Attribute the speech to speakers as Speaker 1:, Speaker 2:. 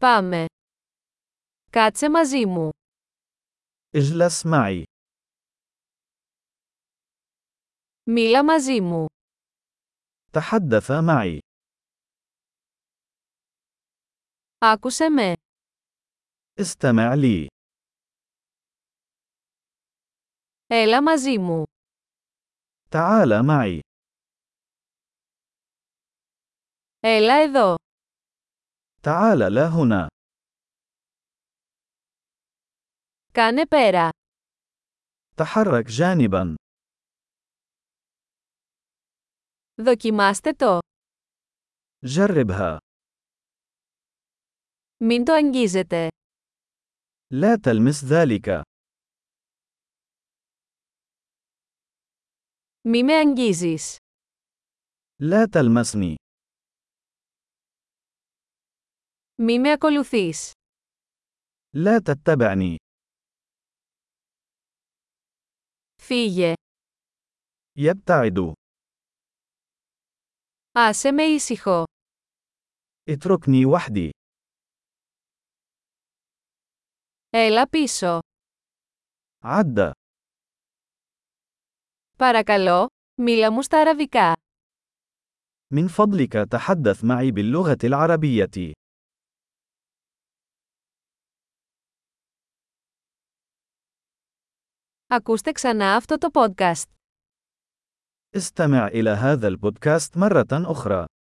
Speaker 1: Πάμε. Κάτσε μαζί μου.
Speaker 2: اجلس معي.
Speaker 1: Μίλα μαζί μου.
Speaker 2: تحدث معي.
Speaker 1: Άκουσε με.
Speaker 2: استمع لي.
Speaker 1: Έλα μαζί μου.
Speaker 2: تعال معي.
Speaker 1: Έλα εδώ.
Speaker 2: تعال لا هنا.
Speaker 1: Κάνε πέρα.
Speaker 2: تحرك جانبا.
Speaker 1: Δοκιμάστε το.
Speaker 2: جربها.
Speaker 1: Μην το αγγίζετε.
Speaker 2: لا تلمس ذلك.
Speaker 1: Μη με αγγίζεις.
Speaker 2: لا تلمسني.
Speaker 1: Μη με ακολουθείς.
Speaker 2: لا تتبعني.
Speaker 1: Φύγε.
Speaker 2: يبتعد.
Speaker 1: Άσε με ήσυχο.
Speaker 2: اتركني وحدي.
Speaker 1: Έλα πίσω.
Speaker 2: عد.
Speaker 1: Παρακαλώ, μίλα μου στα αραβικά.
Speaker 2: من فضلك تحدث معي باللغة العربية.
Speaker 1: Ακούστε ξανά αυτό το podcast.
Speaker 2: استمع إلى هذا البودكاست مرة أخرى.